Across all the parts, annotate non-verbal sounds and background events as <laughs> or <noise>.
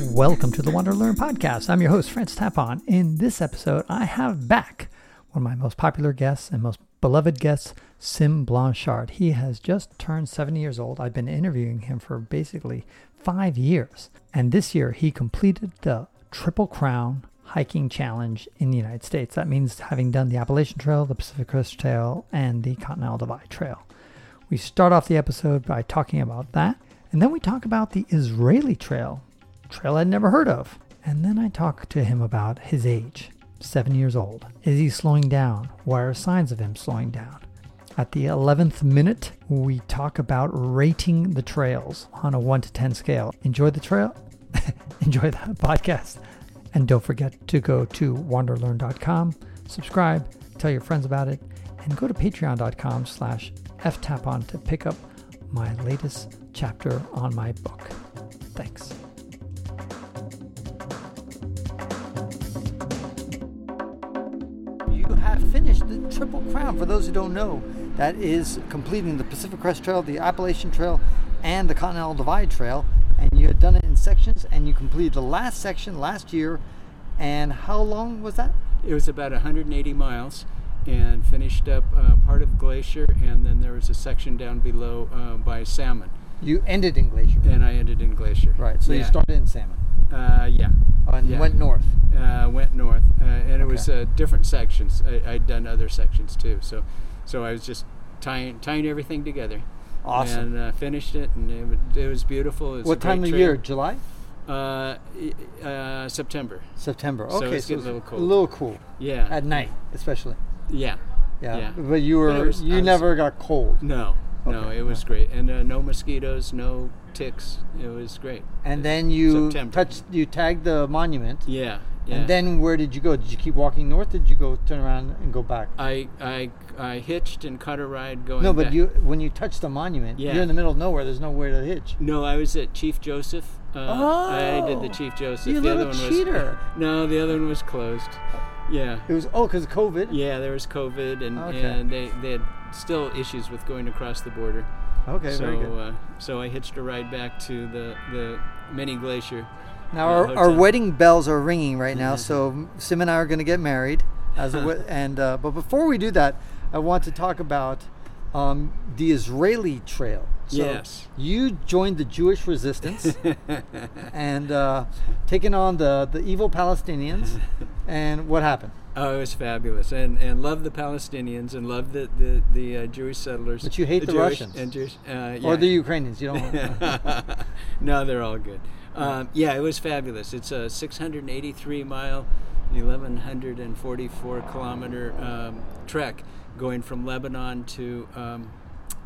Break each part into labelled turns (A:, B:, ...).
A: Welcome to the Wonder Learn podcast. I'm your host, Francis Tapon. In this episode, I have back one of my most popular guests and most beloved guests, Sim Blanchard. He has just turned 70 years old. I've been interviewing him for basically five years. And this year, he completed the Triple Crown hiking challenge in the United States. That means having done the Appalachian Trail, the Pacific Crest Trail, and the Continental Divide Trail. We start off the episode by talking about that. And then we talk about the Israeli trail, trail I'd never heard of. And then I talk to him about his age, seven years old. Is he slowing down? What are signs of him slowing down? At the 11th minute, we talk about rating the trails on a 1 to 10 scale. Enjoy the trail, <laughs> enjoy that podcast, and don't forget to go to wanderlearn.com, subscribe, tell your friends about it, and go to patreon.com slash ftapon to pick up my latest chapter on my book. Thanks.
B: You have finished the Triple Crown. For those who don't know, that is completing the Pacific Crest Trail, the Appalachian Trail, and the Continental Divide Trail. And you had done it in sections, and you completed the last section last year. And how long was that?
C: It was about 180 miles and finished up uh, part of Glacier, and then there was a section down below uh, by Salmon,
B: You ended in Glacier.
C: and I ended in Glacier.
B: Right, so you
C: Yeah.
B: started in Salmon
C: Uh, yeah.
B: and
C: Yeah.
B: went north.
C: Uh, went north, uh, and it was
B: Okay.
C: uh, different sections. I, I'd done other sections too, so so I was just tying tying everything together.
B: Awesome.
C: And uh, finished it, and it, wa- it was beautiful. It was a
B: what
C: great
B: time of
C: trail.
B: year? July?
C: Uh, y- uh, September.
B: September.
C: So
B: okay,
C: it's getting a little cold.
B: A little cool.
C: Yeah.
B: At night, especially.
C: yeah.
B: Yeah.
C: Yeah.
B: But you were
C: But it was-
B: you
C: I was-
B: never got cold.
C: No, no,
B: Okay,
C: it was great, and uh, no mosquitoes, no ticks. It was great.
B: And then you
C: September.
B: touched you tagged the monument.
C: Yeah, yeah.
B: And then where did you go? Did you keep walking north? Did you go turn around and go back?
C: I I I hitched and caught a ride going.
B: no, but
C: back.
B: you when you touch the monument,
C: Yeah.
B: you're in the middle of nowhere. There's nowhere to hitch.
C: No, I was at Chief Joseph. Uh, I did the
B: Oh,
C: Chief Joseph.
B: you
C: the
B: little
C: other one
B: cheater.
C: Was, <laughs> no, the other one was closed. Yeah.
B: It was oh, because of COVID.
C: Yeah, there was COVID, and,
B: Okay.
C: and they, they had still issues with going across the border.
B: Okay,
C: so
B: very good.
C: Uh, so I hitched a ride back to the, the mini glacier.
B: now
C: uh,
B: our, our
C: hotel.
B: wedding bells are ringing right now. so Sim and I are going to get married.
C: <laughs>
B: As a, wed- and uh, but before we do that, I want to talk about um, the Israeli Trail. So
C: Yes.
B: You joined the Jewish
C: <laughs>
B: resistance and uh, taken on the, the evil
C: <laughs>
B: Palestinians. And what happened?
C: Oh, it was fabulous, and and love the Palestinians, and love the the, the uh, Jewish settlers.
B: But you hate the
C: Jewish
B: Russians.
C: and Jewish, uh,
B: Or
C: yeah.
B: the Ukrainians? You don't.
C: <laughs>
B: Want
C: no, they're all good. Um, yeah, it was fabulous. It's a 683 mile, 1144 kilometer um, trek going from Lebanon to um,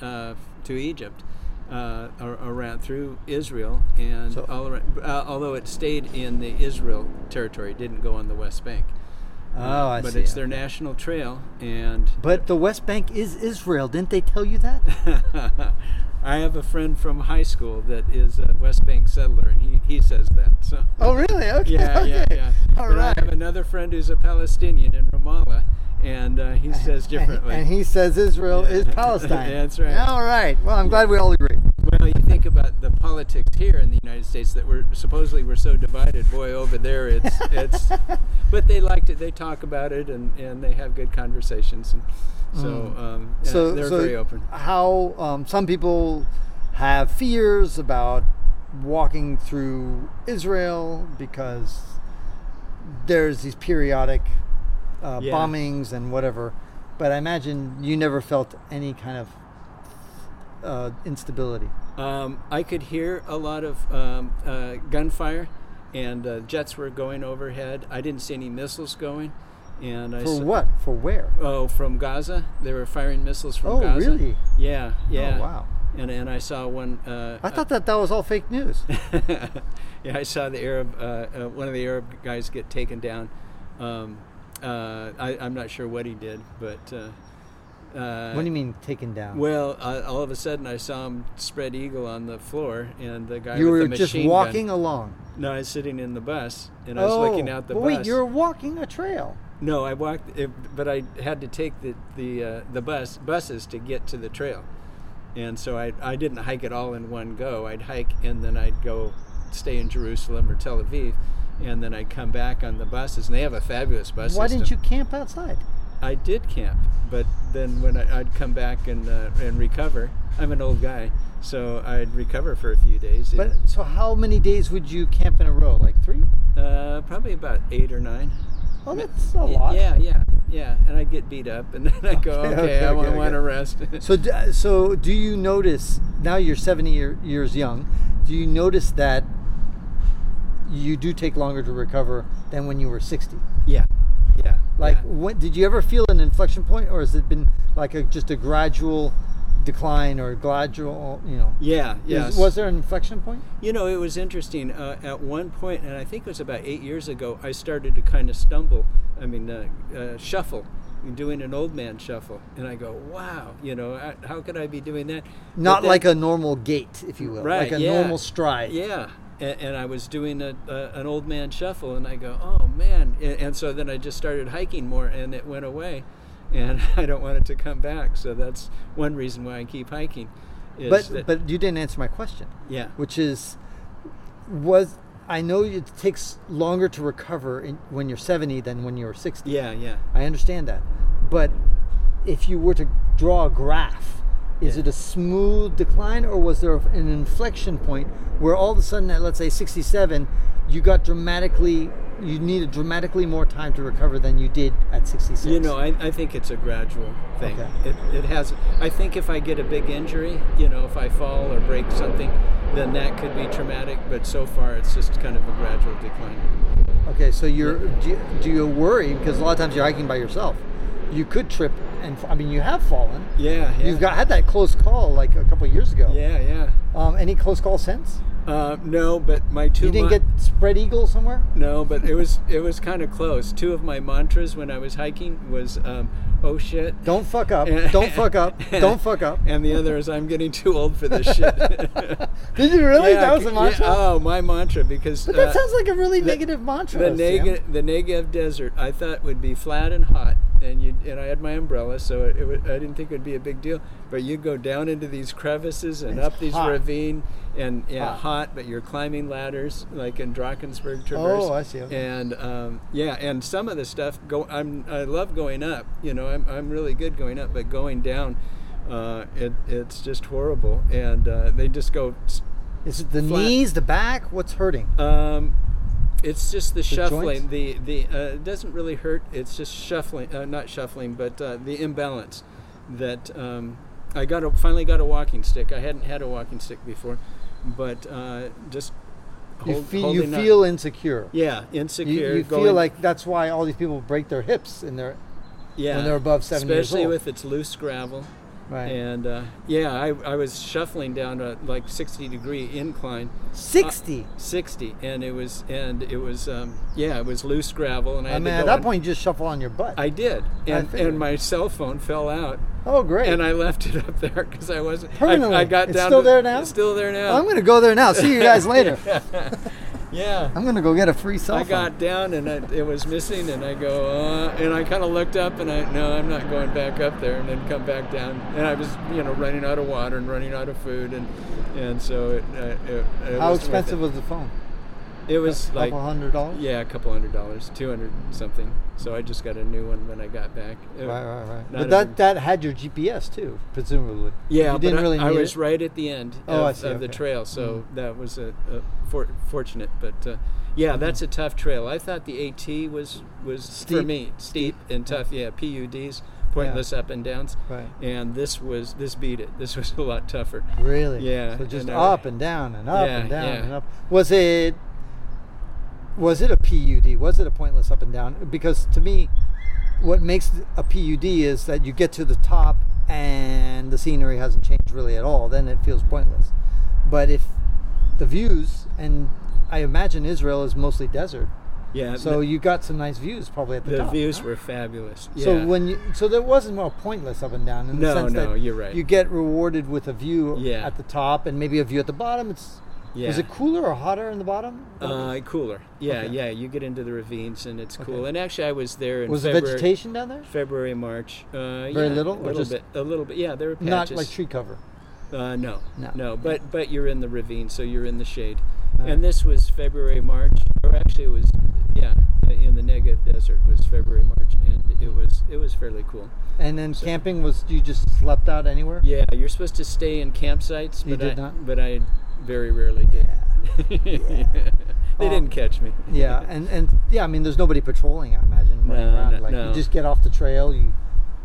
C: uh, to Egypt, uh, ar- around through Israel and
B: So-
C: all around, uh, although it stayed in the Israel territory, it didn't go on the West Bank.
B: oh, I
C: but
B: see.
C: it's their national trail, and
B: But the West Bank is Israel. Didn't they tell
C: <laughs>
B: you that?
C: I have a friend from high school that is a West Bank settler, and he, he says that. So.
B: <laughs> Oh, really? Okay.
C: yeah, yeah, yeah.
B: All
C: But
B: right.
C: I have another friend who's a Palestinian in Ramallah, and uh, he says
B: <laughs> And,
C: differently.
B: and he says Israel is Palestine.
C: <laughs> That's right.
B: All right. Well, I'm glad we all agree.
C: well, you think about the politics here in the United States that we're supposedly we're so divided. Boy, over there,
B: <laughs>
C: it's it's. But they like to they talk about it and, and they have good conversations and so um, yeah,
B: Mm. so
C: they're
B: so
C: very open.
B: How um, some people have fears about walking through Israel because there's these periodic uh,
C: Yeah.
B: bombings and whatever. But I imagine you never felt any kind of uh, instability.
C: Um, I could hear a lot of um, uh, gunfire, and uh, jets were going overhead. I didn't see any missiles going, and I
B: For
C: saw-
B: what? For where?
C: Oh, from Gaza. They were firing missiles from
B: Oh,
C: Gaza.
B: really?
C: Yeah, yeah.
B: Oh, wow.
C: And and I saw one. Uh,
B: I thought that that was all fake news.
C: <laughs> yeah, I saw the Arab. Uh, uh, one of the Arab guys get taken down. Um, uh, I, I'm not sure what he did, but. Uh, uh,
B: what do you mean taken down?
C: Well, uh, all of a sudden, I saw him spread eagle on the floor, and the guy
B: you
C: with
B: were
C: the machine
B: just walking
C: gun-
B: along. Oh,
C: No, I was sitting in the bus, and I was looking out the
B: but
C: bus.
B: Wait, you're walking a trail.
C: No, I walked, it, but I had to take the the uh, the bus buses to get to the trail, and so I I didn't hike it all in one go. I'd hike and then I'd go stay in Jerusalem or Tel Aviv, and then I come back on the buses, and they have a fabulous bus.
B: Why didn't you
C: system.
B: camp outside?
C: I did camp, but then when I, I'd come back and uh, and recover, I'm an old guy, so I'd recover for a few days.
B: But so how many days would you camp in a row? Like three?
C: uh, probably about eight or nine.
B: Oh, that's a
C: Y-
B: lot.
C: Yeah, yeah, yeah. And I get beat up, and then I go, okay,
B: Okay, okay,
C: I want,
B: okay,
C: want to
B: okay.
C: rest.
B: So, d- so do you notice now you're 70 year, years young? Do you notice that you do take longer to recover than when you were 60?
C: yeah, yeah.
B: Like,
C: yeah.
B: when, did you ever feel an inflection point, or has it been like a, just a gradual decline or gradual, you know?
C: Yeah, yeah.
B: Is- was there an inflection point?
C: You know, it was interesting. Uh, at one point, and I think it was about eight years ago, I started to kind of stumble. I mean, uh, uh, shuffle, doing an old man shuffle, and I go, "Wow, you know, I, how could I be doing that?" But
B: Not
C: then-
B: like a normal gait, if you will,
C: Right,
B: like a
C: yeah.
B: normal stride.
C: Yeah. And, and I was doing a, a, an old man shuffle, and I go, oh man. And, and so then I just started hiking more, and it went away. And <laughs> I don't want it to come back. So that's one reason why I keep hiking. Is
B: But
C: that-
B: but you didn't answer my question.
C: yeah.
B: which is was I know it takes longer to recover in, when you're 70 than when you're 60.
C: Yeah, yeah.
B: I understand that. But if you were to draw a graph, is
C: Yeah.
B: it a smooth decline or was there an inflection point where all of a sudden at let's say 67 you got dramatically you needed dramatically more time to recover than you did at 66?
C: You know, I, I think it's a gradual thing.
B: Okay.
C: It, it has. I think if I get a big injury, you know, if I fall or break something, then that could be traumatic. But so far, it's just kind of a gradual decline.
B: Okay, so you're do you, do you worry because a lot of times you're hiking by yourself. You could trip and f- I mean you have fallen.
C: Yeah, yeah.
B: You've got had that close call like a couple years ago.
C: Yeah, yeah.
B: Um, any close call since?
C: Uh, no, but my two.
B: you didn't
C: mon-
B: get spread eagle somewhere?
C: No, but it was it was kind of close. Two of my mantras when I was hiking was, um, "Oh shit."
B: Don't fuck
C: <laughs>
B: up. Don't fuck up. Don't fuck up.
C: And the other is, I'm getting too old for this shit.
B: Did you <laughs> really?
C: Yeah,
B: that was a
C: <laughs> yeah,
B: mantra.
C: oh, my mantra because
B: but that
C: uh,
B: sounds like a really
C: the-
B: negative mantra.
C: the,
B: Sam.
C: Nega, the Negev desert I thought would be flat and hot, and you and I had my umbrella, so it, it, wa- I didn't think it would be a big deal. But you go down into these crevices and
B: It's
C: up these
B: hot.
C: ravine, and yeah,
B: Hot.
C: hot. But you're climbing ladders like in Drakensberg Traverse.
B: Oh, I see, okay.
C: And um, yeah, and some of the stuff go. I'm I love going up. You know, I'm I'm really good going up, but going down. Uh, it, it's just horrible, and uh, they just go
B: Is it the
C: Flat.
B: knees, the back? What's hurting?
C: um, it's just the, shuffling.
B: joints?
C: The the uh, it doesn't really hurt. It's just shuffling, uh, not shuffling, but uh, the imbalance that um, I got. A, finally got a walking stick. I hadn't had a walking stick before, but uh, just
B: you
C: hold-
B: feel, you
C: holding on-
B: feel insecure.
C: yeah
B: You-
C: insecure.
B: you feel
C: going-
B: like that's why all these people break their hips in their
C: yeah,
B: they're above seven years
C: especially
B: old.
C: with its loose gravel.
B: right.
C: And uh, yeah, I, I was shuffling down a like 60 degree incline.
B: 60.
C: 60 and it was and it was um, yeah it was loose gravel and I,
B: I
C: had
B: mean,
C: to
B: at
C: go
B: that
C: on-
B: point, you just shuffle on your butt.
C: I did and,
B: figured.
C: and my cell phone fell out
B: oh, great.
C: and I left it up there because I wasn't I-
B: Permanently.
C: I, got
B: It's
C: down
B: still
C: to-
B: there now?
C: it's still there now
B: I'm going to go there now.
C: <laughs>
B: See you guys later.
C: yeah
B: I'm going to go get a free cell
C: I
B: phone.
C: got down and I, it was missing and I go uh, and I kind of looked up and I no I'm not going back up there and then come back down and I was you know running out of water and running out of food and and so it, uh, it, it
B: How
C: was
B: expensive
C: worth
B: was the phone?
C: it, it was like
B: couple hundred dollars.
C: Yeah, a couple hundred dollars, two hundred something. So I just got a new one when I got back. It-
B: Right, right, right.
C: not a
B: But that
C: big-
B: that had your GPS too, presumably.
C: yeah,
B: you
C: but
B: didn't
C: I,
B: really need
C: I was
B: it.
C: right at the end
B: Oh, I
C: of,
B: see,
C: of the
B: okay. Mm.
C: trail, so that was a, a for, fortunate. But uh,
B: Mm-hmm.
C: yeah, that's a tough trail. I thought the AT was was for
B: Steep.
C: me steep and tough. Yeah, PUDs, pointless up and downs.
B: Right.
C: And this was this beat it. This was <laughs> a lot tougher.
B: Really?
C: Yeah,
B: So just
C: and I-
B: up and down and up
C: Yeah,
B: and down
C: yeah.
B: and up. Was it? Was it a PUD? Was it a pointless up and down? Because to me, what makes a PUD is that you get to the top and the scenery hasn't changed really at all. Then it feels pointless. But if the views and I imagine Israel is mostly desert,
C: Yeah.
B: so
C: Uh, the,
B: you got some nice views probably at the,
C: the
B: top.
C: views were fabulous. Yeah.
B: So when you, so there wasn't more pointless up and down in the
C: No,
B: sense
C: no,
B: that
C: you're right.
B: you get rewarded with a view
C: Yeah.
B: at the top and maybe a view at the bottom. It's
C: yeah.
B: is it cooler or hotter in the bottom?
C: Uh, cooler. Yeah,
B: Okay.
C: yeah. You get into the ravines and it's cool.
B: Okay.
C: And actually, I was there in
B: was the
C: February,
B: vegetation down there?
C: February, March. Uh,
B: Very
C: yeah,
B: little or
C: a little
B: just-
C: bit, a little bit. Yeah, there were
B: Not
C: patches.
B: like tree cover.
C: Uh, no,
B: No.
C: no, But but you're in the ravine, so you're in the shade, And this was February, March, or actually it was, yeah, in the Negev desert was February, March, and it was it was fairly cool.
B: And then
C: So-
B: camping was you just slept out anywhere?
C: Yeah, you're supposed to stay in campsites, but
B: You did
C: I,
B: not?
C: but I very rarely did. <laughs> they
B: Um,
C: didn't catch me.
B: Yeah,
C: <laughs>
B: and and yeah, I mean, there's nobody patrolling. I imagine running
C: No,
B: around.
C: no,
B: like
C: no.
B: you just get off the trail, you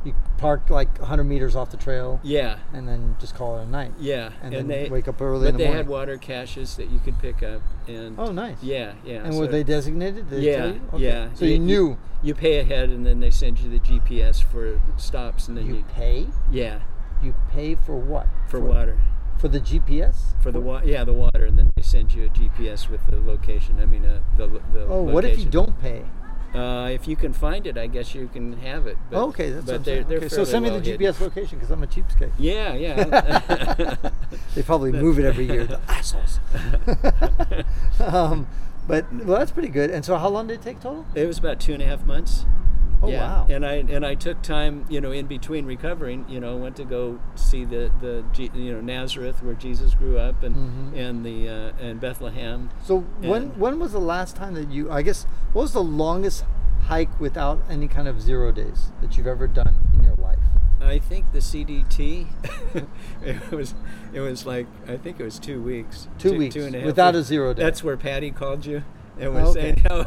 B: you park like 100 meters off the trail,
C: yeah,
B: and then just call it a night.
C: yeah,
B: And, then
C: they
B: wake up early
C: but
B: in the
C: they
B: morning.
C: had water caches that you could pick up and
B: oh, nice.
C: yeah, yeah.
B: And
C: so
B: were they designated? Did they tell
C: Yeah,
B: you? Okay.
C: yeah.
B: So you,
C: You-
B: knew
C: you pay ahead and then they send you the GPS for stops and then you,
B: you pay.
C: yeah
B: You pay for what?
C: for water
B: For the GPS.
C: for the water yeah the water and then they send you a GPS with the location. I mean uh, the lo- the
B: Oh, what if you
C: location.
B: don't pay?
C: Uh, if you can find it, I guess you can have it. But,
B: okay, that's
C: but
B: what I'm
C: they're,
B: saying.
C: they're
B: okay, so
C: fairly
B: send me
C: well
B: the
C: hidden.
B: GPS location because I'm a cheapskate.
C: Yeah, yeah.
B: <laughs>
C: <laughs>
B: They probably move it every year. The assholes. um, but well, that's pretty good. And so, how long did it take total?
C: it was about two and a half months.
B: Oh
C: Uh, yeah.
B: wow!
C: And I and I took time, you know, in between recovering. You know, went to go see the the Je- you know Nazareth where Jesus grew up and and the uh, and Bethlehem.
B: Mm-hmm. so when
C: and-
B: when was the last time that you? I guess what was the longest hike without any kind of zero days that you've ever done in your life?
C: I think the CDT. <laughs> it was it was like I think it was two weeks.
B: Two weeks, without a zero day.
C: That's where Patty called you and
B: Oh,
C: was
B: okay.
C: saying <laughs> how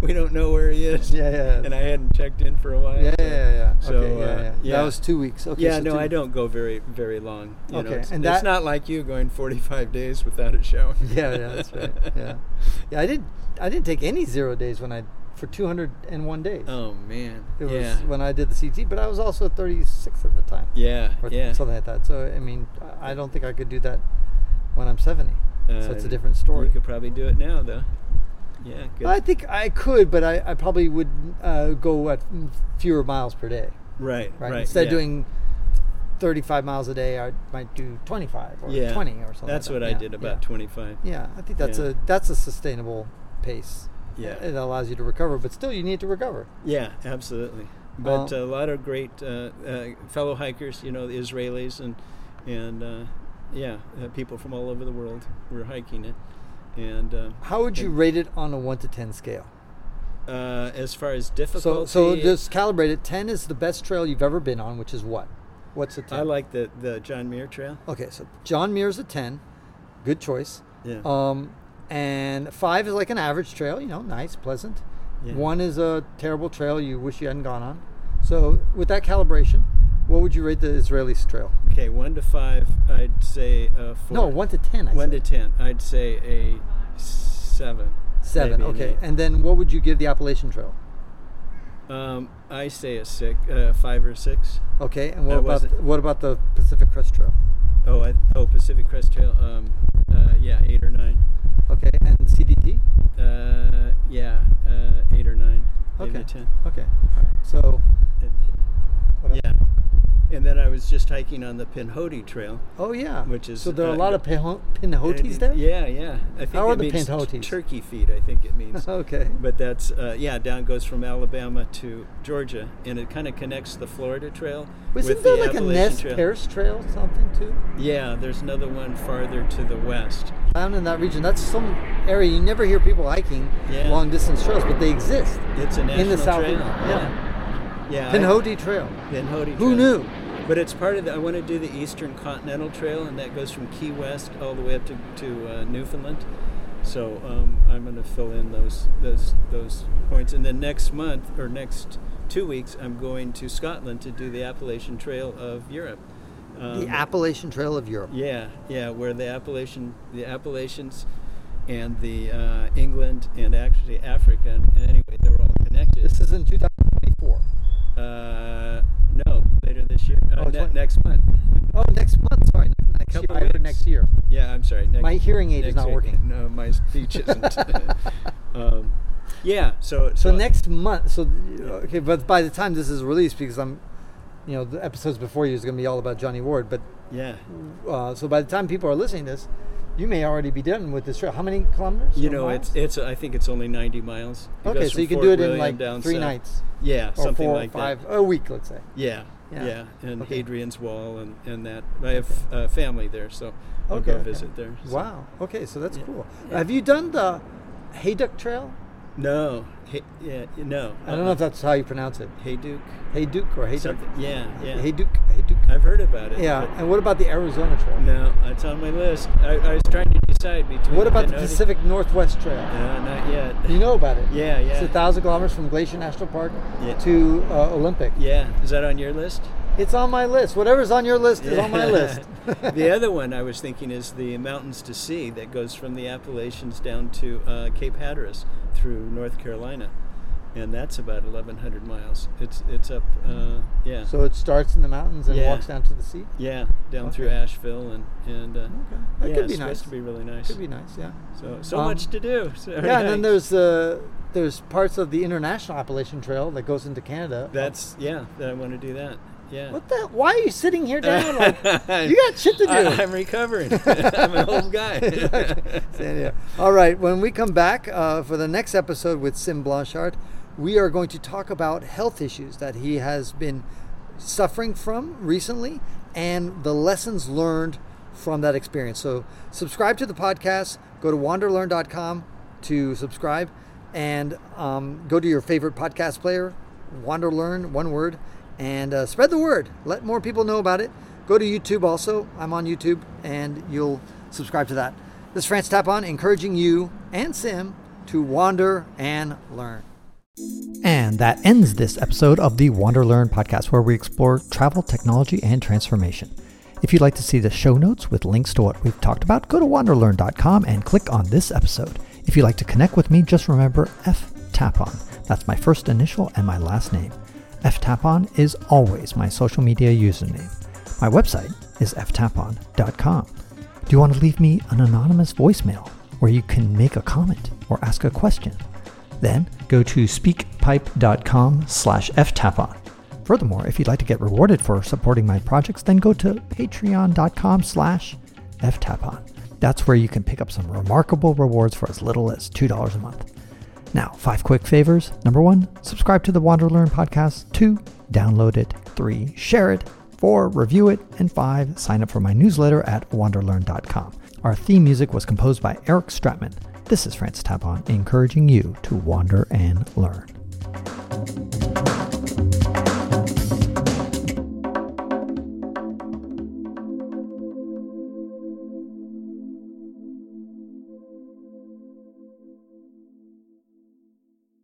C: we don't know where he is.
B: Yeah, yeah.
C: And I hadn't checked in for a while.
B: Yeah,
C: so-
B: yeah, yeah. yeah.
C: So,
B: okay, yeah,
C: uh,
B: yeah.
C: yeah.
B: That was two weeks. Okay.
C: yeah,
B: so
C: no,
B: two
C: I
B: weeks.
C: don't go very very long. You
B: Okay,
C: know, it's,
B: and
C: it's
B: that-
C: not like you going 45 days without a shower.
B: <laughs> Yeah, yeah, that's right.
C: <laughs>
B: Yeah, yeah. I did. I didn't take any zero days when I for two hundred and one days.
C: Oh man.
B: It was
C: yeah.
B: when I did the CT, but I was also 36 at the time.
C: yeah.
B: or
C: Yeah.
B: something like that. So I mean, I I don't think I could do that when I'm 70. so it's a
C: Uh,
B: different story.
C: You could probably do it now though. Yeah. Good.
B: I think I could, but I, I probably would uh, go at fewer miles per day.
C: right.
B: Right.
C: Right.
B: Instead of
C: yeah.
B: doing 35 miles a day, I might do 25 or
C: yeah.
B: 20 or something.
C: That's
B: like
C: what
B: that.
C: I
B: Yeah,
C: did about
B: yeah.
C: 25.
B: Yeah, I think that's
C: Yeah.
B: a that's a sustainable pace.
C: Yeah.
B: It allows you to recover, but still you need to recover.
C: Yeah, absolutely. But
B: Well-
C: a lot of great uh, uh, fellow hikers, you know, the Israelis and and uh, yeah, uh, people from all over the world were hiking it. And uh,
B: How would you
C: And-
B: rate it on a 1 to 10 scale?
C: uh, as far as
B: So,
C: difficulty,
B: so just calibrate it. Ten is the best trail you've ever been on, which is what? What's a ten?
C: I like the the John Muir Trail.
B: Okay, so John Muir's a ten, good choice.
C: Yeah,
B: Um, and five is like an average trail, you know, nice, pleasant.
C: Yeah.
B: One is a terrible trail you wish you hadn't gone on. So, with that calibration, what would you rate the Israelis trail?
C: Okay, one to five, I'd say uh, four.
B: No, one to ten. I
C: One to
B: said.
C: ten, I'd say a seven.
B: seven.
C: maybe an
B: okay,
C: eight.
B: and then what would you give the Appalachian Trail?
C: Um, I say a six, uh, five or six.
B: Okay, and what
C: That
B: about
C: wasn't-
B: what about the Pacific Crest Trail?
C: Oh, I, oh, Pacific Crest Trail. Um, uh, yeah, eight or nine.
B: Okay, and CDT.
C: Uh, yeah, uh, eight or nine, maybe
B: Okay.
C: ten.
B: Okay, all right. So,
C: It-
B: what else?
C: yeah, and then I was just hiking on the Pinhoti Trail.
B: Oh yeah,
C: Which is,
B: so there are a
C: uh,
B: lot of pinho- pinhotis
C: And-
B: there.
C: Yeah, yeah. I think
B: How are
C: it
B: the
C: means t-
B: Pinhotis?
C: Turkey feet, I think it means.
B: <laughs> Okay.
C: But that's uh, yeah. Down goes from Alabama to Georgia, and it kind of connects the Florida Trail
B: Isn't
C: with
B: there
C: the
B: like
C: Appalachian
B: a Nest
C: Trail.
B: Paris Trail something too?
C: Yeah, there's another one farther to the west.
B: Down in that region, that's some area you never hear people hiking
C: Yeah.
B: long distance trails, but they exist
C: It's a national
B: in the South.
C: trail.
B: Inland. Yeah,
C: yeah. I-
B: Pinhoti Trail.
C: Pinhoti
B: Who
C: Trail.
B: knew?
C: But it's part of the. I want to do the Eastern Continental Trail, and that goes from Key West all the way up to, to uh, Newfoundland. So um, I'm going to fill in those those those points, and then next month or next two weeks, I'm going to Scotland to do the Appalachian Trail of Europe. Um,
B: The Appalachian Trail of Europe.
C: yeah, yeah, where the Appalachian, the Appalachians, and the uh, England and actually Africa, and, and anyway, they're all connected.
B: This is in 2024.
C: Uh, no, later this year. Uh,
B: Oh,
C: ne-
B: twen-
C: next month.
B: Oh, next month. Sorry, not next
C: Couple
B: year. I heard
C: weeks.
B: next year.
C: Yeah, I'm sorry. Next,
B: My hearing aid is
C: next
B: not
C: week.
B: working.
C: No, my speech
B: <laughs>
C: isn't. <laughs> um, yeah, so
B: So next month. So okay, but by the time this is released, because I'm, you know, the episodes before you is going to be all about Johnny Ward, but
C: yeah,
B: Uh, so by the time people are listening to this, you may already be done with this trail. How many kilometers?
C: you
B: or
C: know,
B: miles?
C: it's it's. I think it's only 90 miles. It
B: okay.
C: goes
B: So
C: from
B: you can
C: Fort
B: do it in
C: William
B: like
C: down
B: three
C: south.
B: nights
C: Yeah,
B: or
C: something
B: four
C: like
B: or five
C: that.
B: a week, let's say.
C: Yeah,
B: Yeah.
C: yeah, and
B: Okay.
C: Hadrian's Wall and and that. I have uh, family there, so I'll go
B: Okay, okay.
C: visit there. so.
B: Wow. Okay, so that's
C: Yeah.
B: cool. Have you done the Hayduck Trail?
C: No. Hey, yeah. No.
B: I don't know if that's how you pronounce it.
C: Hey Duke.
B: Hayduck or Hayduck?
C: Uh-huh. Something. Yeah. Yeah.
B: Hayduck. Hayduck.
C: I've heard about it.
B: Yeah.
C: but
B: And what about the Arizona Trail?
C: No, it's on my list. I, I was trying to decide between.
B: What about the
C: Pinoti-
B: Pacific Northwest Trail?
C: No, not yet.
B: You know about it.
C: Yeah, yeah.
B: It's a thousand kilometers from Glacier National Park
C: Yeah.
B: to uh, Olympic.
C: <laughs> Yeah. Is that on your list?
B: It's on my list. Whatever's on your list is on my list.
C: <laughs> the other one I was thinking is the Mountains to Sea that goes from the Appalachians down to uh, Cape Hatteras through North Carolina, and that's about 1,100 miles. It's it's up, uh, yeah,
B: <laughs> So it starts in the mountains and
C: Yeah.
B: walks down to the sea.
C: yeah, down through
B: Okay.
C: Asheville and and uh,
B: Okay. That
C: yeah,
B: could be
C: it's
B: nice.
C: supposed to be really nice.
B: Could be nice. Yeah.
C: So so
B: Um,
C: much to do. <laughs> So
B: Yeah,
C: very
B: and then
C: nice.
B: there's uh, there's parts of the International Appalachian Trail that goes into Canada.
C: that's yeah that I want to do that. Yeah.
B: what the? Why are you sitting here
C: <laughs>
B: down? Like, you got shit to do.
C: I, am recovering. <laughs> I'm an old guy.
B: <laughs>
C: <laughs>
B: San Diego. All right, when we come back uh, for the next episode with Sim Blanchard, we are going to talk about health issues that he has been suffering from recently and the lessons learned from that experience. So, subscribe to the podcast, go to wanderlearn.com to subscribe, and um, go to your favorite podcast player, Wanderlearn, one word, and uh, spread the word. Let more people know about it. Go to YouTube also. I'm on YouTube, and you'll subscribe to that. This is France Tapon encouraging you and Sim to wander and learn.
A: And that ends this episode of the Wander Learn podcast, where we explore travel, technology, and transformation. If you'd like to see the show notes with links to what we've talked about, go to wanderlearn.com and click on this episode. If you'd like to connect with me, just remember F Tapon. That's my first initial and my last name. F Tapon is always my social media username. My website is ftapon.com. Do you want to leave me an anonymous voicemail where you can make a comment or ask a question? Then go to speakpipe.com slash ftapon. Furthermore, if you'd like to get rewarded for supporting my projects, then go to patreon.com slash ftapon. That's where you can pick up some remarkable rewards for as little as $2 a month. Now, five quick favors. Number one, subscribe to the Wander Learn podcast. Two, download it. Three, share it. Four, review it. And five, sign up for my newsletter at wanderlearn.com. Our theme music was composed by Eric Stratman. This is Francis Tapon encouraging you to wander and learn.